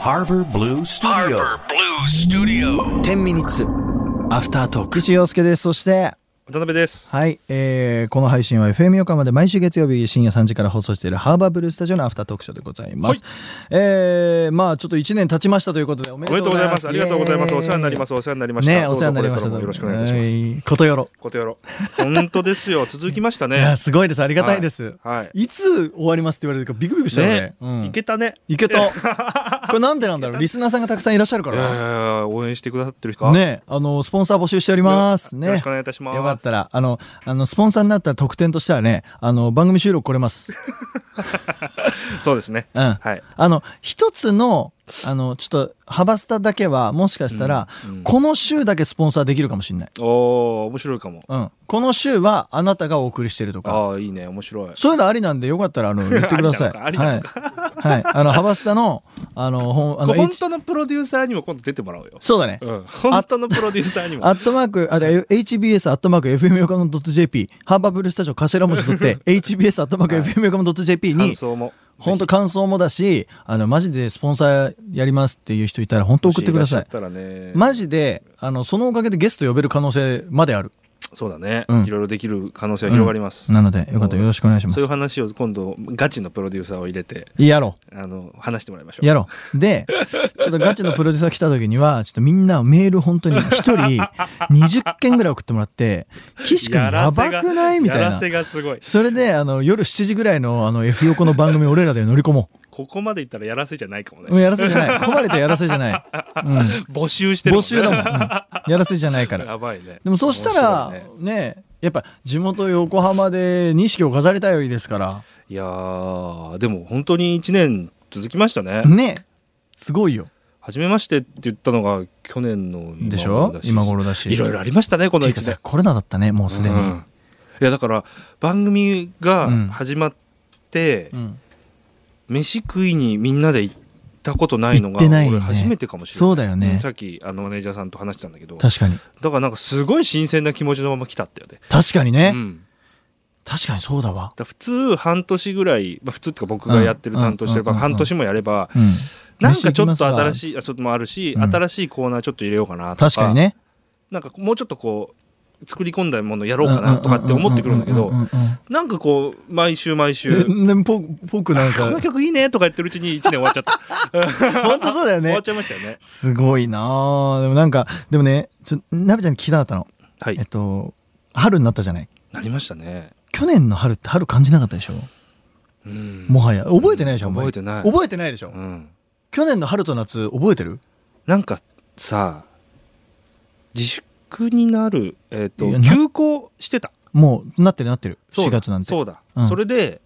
Harbor Blue Studio Harbor Blue Studio 10ミニッツアフタートーク岸洋介ですそして渡辺です。はい、えーこの配信は FM 横浜で毎週月曜日深夜3時から放送しているハーバーブルースタジオのアフタートークショーでございます、えーまあちょっと1年経ちましたということでおめおめででととううございまございますす。ありがとうございます。お世話になります。お世話になりました。ねどおうぞ世話になりましたこれからもよろしくお願いいたします。はいことよろことよろ。本当で すよ。続きましたいやね。すごいですありがたいです、はいはいい、つ終わりますって言われるかビクビクしたよねね、うん、いけたね。いけた これなんでなんだろうリスナーさんがたくさんいらっしゃるかいやいらやいや応援してくださってる人。。ねあのスポンサー募集しておりますねよろしくお願いいたしますよかったらあのあのスポンサーになったら特典としてはねあの番組収録来れます そうですね。うんはい。あの、一つの、あの、ちょっと、ハバスタだけは、もしかしたら、この週だけスポンサーできるかもしれない。おお面白いかも。うん。この週は、あなたがお送りしてるとか。ああいいね面白い。そういうのありなんで、よかったら、あの、言ってください。 ありはないの。はい。あの、ハバスタの、あの、ほん、あこの、れ本 H- 当のプロデューサーにも今度出てもらおうよ。そうだね。うん。本当のプロデューサーにも。 アットマーク、あ、で HBS アットマーク FM 横浜 .jp、ハーバーブルースタジオ頭文字取って、HBS アットマーク FM 横浜 .jp に感、想も。本当感想もだし、あの、マジでスポンサーやりますっていう人いたら、本当送ってくださもしらっしゃいっ。たらね。マジで、あの、そのおかげでゲスト呼べる可能性まである。そうだね。うんいろいろできる可能性は広がります。なので、よかったらよろしくお願いしまそすうい。う話を今度ガチのプロデューサーを入れてやろあの話してもらいましょう。う。やろう。で、ちょっとガチのプロデューサー来た時には、ちょっとみんなメール本当に一人20件ぐらい送ってもらって、岸君ややらせばがくないみたいやなら。せがすごい。それで、あの、夜7時ぐらいの、あの、F 横の番組俺らで乗り込もここまでいったらやらせじゃないかもう。うんね。やらせじゃない。困れてやらせじゃない。うん。募集してるも募ん集ね。だもん。うんやらせじゃないから。 やばいね。でもそしたら面白いねねやっぱ地元横浜で錦を飾りたいですかいやーでも本当に1年続きましたねら。ねすごいよ初めましてって言ったのが去年の今頃だでしょ今頃だしいろいろありましたねこのていう1か年さ。コロナだったねもうすでに、うんいやだから番組が始まって、うん飯食いにみんなで行ったことないの行っがてないよね俺初めてかもしれないそうだよねんさっきあのマネージャーさんと話してたんだけどだか確かにらなんかすごい新鮮な気持ちのまま来たってよね、確かにね、うん、確かにそうだわだから普通半年ぐらい、まあ、普通っていうか僕がやってるうん担当してればうんうんうん半年もやればうんなんかちょっと新いしいあそれもあるし、うん新しいコーナーちょっと入れようかなとか確かにねなんかもうちょっとこう作り込んだものやろうかなとかって思ってくるんだけどうんうんうんうんなんかこう毎週毎う週んうんでもぽぽくなんこかの曲いいねとか言ってるうちに1年終わっちゃった、 本当そうだよ終わねっちゃいました よねすごいなあでもなんかでもねちょなべちゃんに聞きたかったのはえっいと春になったじゃないなりましたね去年の春って春感じなかったでしょうんもはや覚えてないでしょあんまり覚えてない覚えてないでしょ、うん去年の春と夏覚えてるなんかさ自粛になるえっ、いやとな休校してたもうなってるなってるそう4だ月なんてそうだ、うんそれで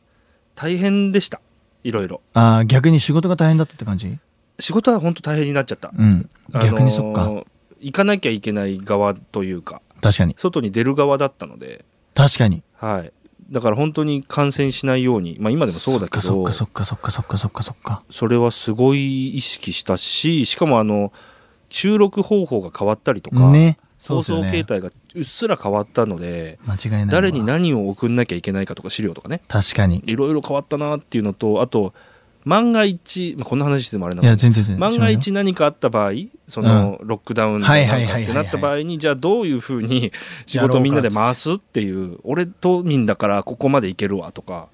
大変でしたいろいろああ逆に仕事が大変だったって感じ仕事は本当大変になっちゃった、うん逆あのにーそっか、行かなきゃいけない側というか確かに外に出る側だったので確かにはいだから本当に感染しないようにまあ今でもそうだけどそっかそっかそっかそっかそっかそっかそれはすごい意識したししかもあの収録方法が変わったりとそっかか、ねそう放ですよ送ね形態がうっすら変わったので間違いないわ誰に何を送んなきゃいけないかとか資料とかね確かにいろいろ変わったなっていうのとあと万が一、まあ、こんな話してもあれないのや全然全然万が一何かあった場合そのロックダウンではい何はいかはいはいってなった場合にじゃあどういうふうに仕事みんなで回すっていう俺都民だからここまで行けるわとか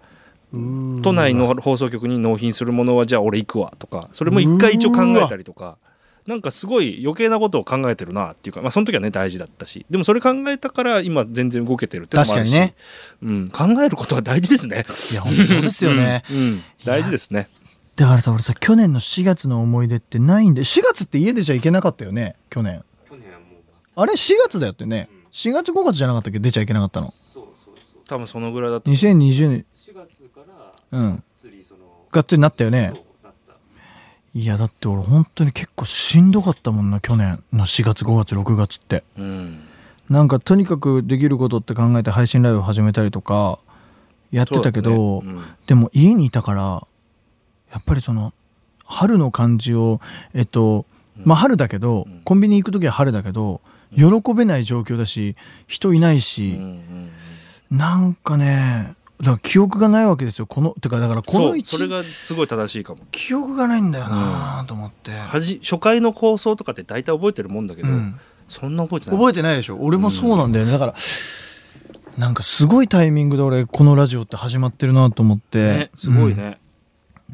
都内の放送局に納品するものはじゃあ俺行くわとかそれも一回一応考えたりとかなんかすごい余計なことを考えてるなっていうか、まあ、その時はね大事だったしでもそれ考えたから今全然動けてるっていうのもあるし確うん、考えることは大事ですね。いや本当そうですよねうんうん大事ですね。だからさ俺さ去年の4月の思い出ってないんで4月って家出ちゃいけなかったよね去年あれ4月だよってね4月5月じゃなかったっけ出ちゃいけなかったの多分そのぐらいだと2020年うんがっつりなったよねいやだって俺本当に結構しんどかったもんな去年の4月5月6月ってうんなんかとにかくできることって考えて配信ライブを始めたりとかやってたけど、そうだねうんでも家にいたからやっぱりその春の感じをえっとまあ春だけど、コンビニ行く時は春だけど喜べない状況だし人いないし、うんうんうんなんかねだから記憶がないわけですよこのてかだからこそのう一それがすごい正しいかも記憶がないんだよなと思って、はじ初回の構想とかって大体覚えてるもんだけど、うんそんな覚えてない覚えてないでしょ俺もそうなんだよね、だからなんかすごいタイミングで俺このラジオって始まってるなと思って、ねすごいね、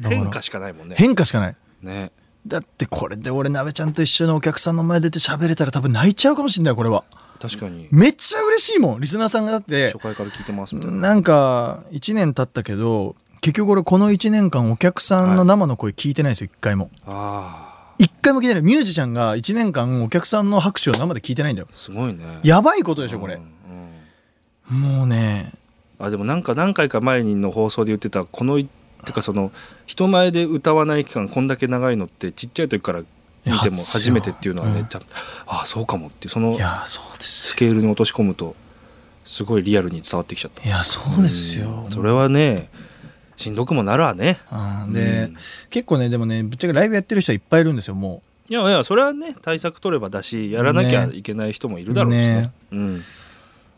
うん変化しかないもんね変化しかないねだってこれで俺なべちゃんと一緒にお客さんの前出て喋れたら多分泣いちゃうかもしれないこれは確かにめっちゃ嬉しいもんリスナーさんがだって初回から聞いてますみたいな、なんか1年経ったけど結局俺この1年間お客さんの生の声聞いてないですよ1回もああ1回も聞いてないミュージシャンが1年間お客さんの拍手を生で聞いてないんだよすごいねやばいことでしょこれうんうんもうねあでもなんか何回か前の放送で言ってたこのいてかその人前で歌わない期間こんだけ長いのってちっちゃい時から見ていもや初めてっていうのはね、うんちゃんああそうかもっていうそのいやそうですスケールに落とし込むとすごいリアルに伝わってきちゃったいやそうですよんそれはねしんどくもなるわねあーうでん結構ねでもねぶっちゃけライブやってる人はいっぱいいるんですよもいやいやそれはね対策取ればだしやらなきゃいけない人もいるだろうしねねうん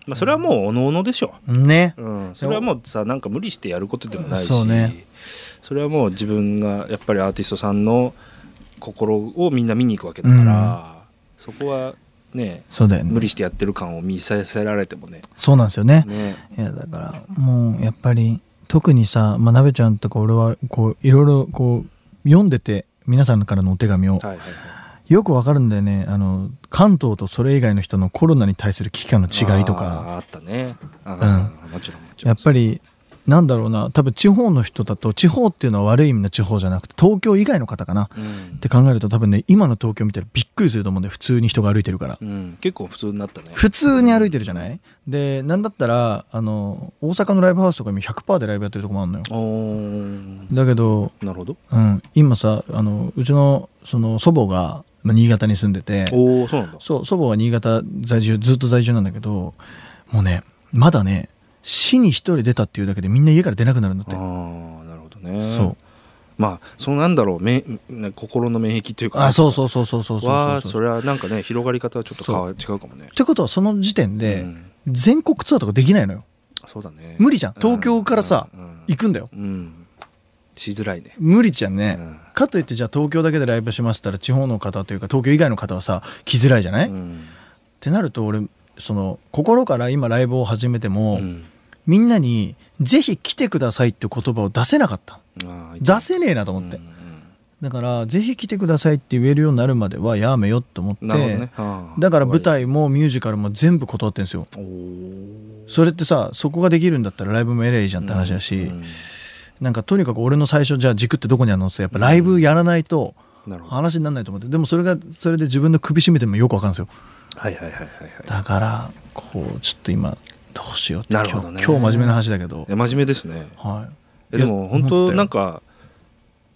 まあ、それはもうおのおのでしょうねうん、それはもうさなんか無理してやることでもないしそうねそれはもう自分がやっぱりアーティストさんの心をみんな見に行くわけだから、そこはねそうだよね無理してやってる感を見させられてもねそうなんですよねねいやだからもうやっぱり特にさ、まあ、なべちゃんとか俺はこういろいろこう読んでて皆さんからのお手紙をはいはいはいよくわかるんだよねあの関東とそれ以外の人のコロナに対する危機感の違いとかあーあったねあー、もちろんもちろやんっぱりなんだろうな多分地方の人だと地方っていうのは悪い意味の地方じゃなくて東京以外の方かなっうんて考えると多分ね今の東京見たらびっくりすると思うんで普通に人が歩いてるからうん、結構普通になったね普通に歩いてるじゃないでなんだったらあの大阪のライブハウスとか今100%でライブやってるとこもあるのよおーだけどなるほどうん、今さあのうちのその祖母が、まあ、新潟に住んでておおそうなんだそう祖母は新潟在住ずっと在住なんだけどもうねまだね市に一人出たっていうだけでみんな家から出なくなるんだっあてあーなるほどねそうまあそうなんだろうめん心の免疫というかあそうそうそうそうそうそはうそそうれはなんかね広がり方はちょっと変わ違うかもねっ。てことはその時点で、うん全国ツアーとかできないのよそうだね。無理じゃん東京からさ、うん行くんだようんうんしづらいね。無理じゃんね、うんかといってじゃあ東京だけでライブしますったら地方の方というか東京以外の方はさ来づらいじゃない、うっんてなると俺その心から今ライブを始めても、うんみんなに「ぜひ来てください」って言葉を出せなかったあー出せねえなと思って、うんだから「ぜひ来てください」って言えるようになるまではやめようと思って、うんなるほどね。あーだから舞。台もミュージカルも全部断ってるんですよおーそれってさそこができるんだったらライブも偉いじゃんって話だし、うんなんかとにかく俺の最初じゃあ軸ってどこにあるのってやっぱライブやらないとなるほど。話にならないと思ってでもそれがそれで自分の首絞めてもよくわかるんですよはいはいはいはいはい。だからこうちょっと今どうしようってなるほどね今日今日真面目な話だけどい、や真面目ですね。はいえでも思本った当よなんか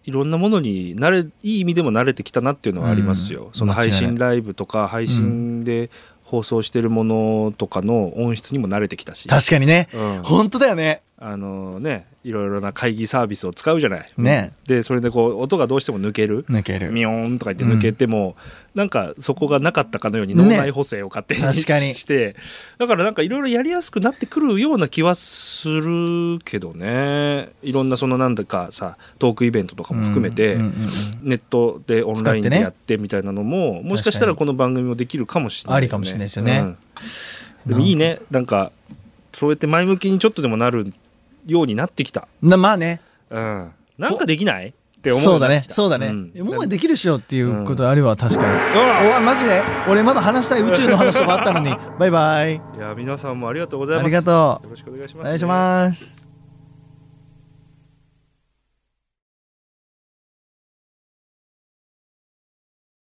いろんなものに慣れいい意味でも慣れてきたなっていうのはありますよ、うんその配間違い信なライブとか配信で放送してるものとかの音質にも慣れてきたし、確かにね、うん本当だよねあのねいろいろな会議サービスを使うじゃない、ねでそれでこう音がどうしても抜ける抜けるミョーンとか言って抜けても、なんかそこがなかったかのように脳内補正を勝手に,、ね確かにしてだからなんかいろいろやりやすくなってくるような気はするけどねいろんなそのなんだかさトークイベントとかも含めて、うんうんうんうんネットでオンライン使ってでねやってみたいなのも、もしかしたらこの番組もできるかもしれないよね、ありかもしれないですよねうんでもいいねなんかそうやって前向きにちょっとでもなるようになってきた、なまあねうん、なんかできないって思うよそうになだっねてきたそうだね、んもうできるっしょっていうことあるわ確かに、うわおわマジで俺まだ話したい宇宙の 話とかあったのにバイバイいや皆さんもありがとうございまあすりがとよろしくお願いしうおます、願いします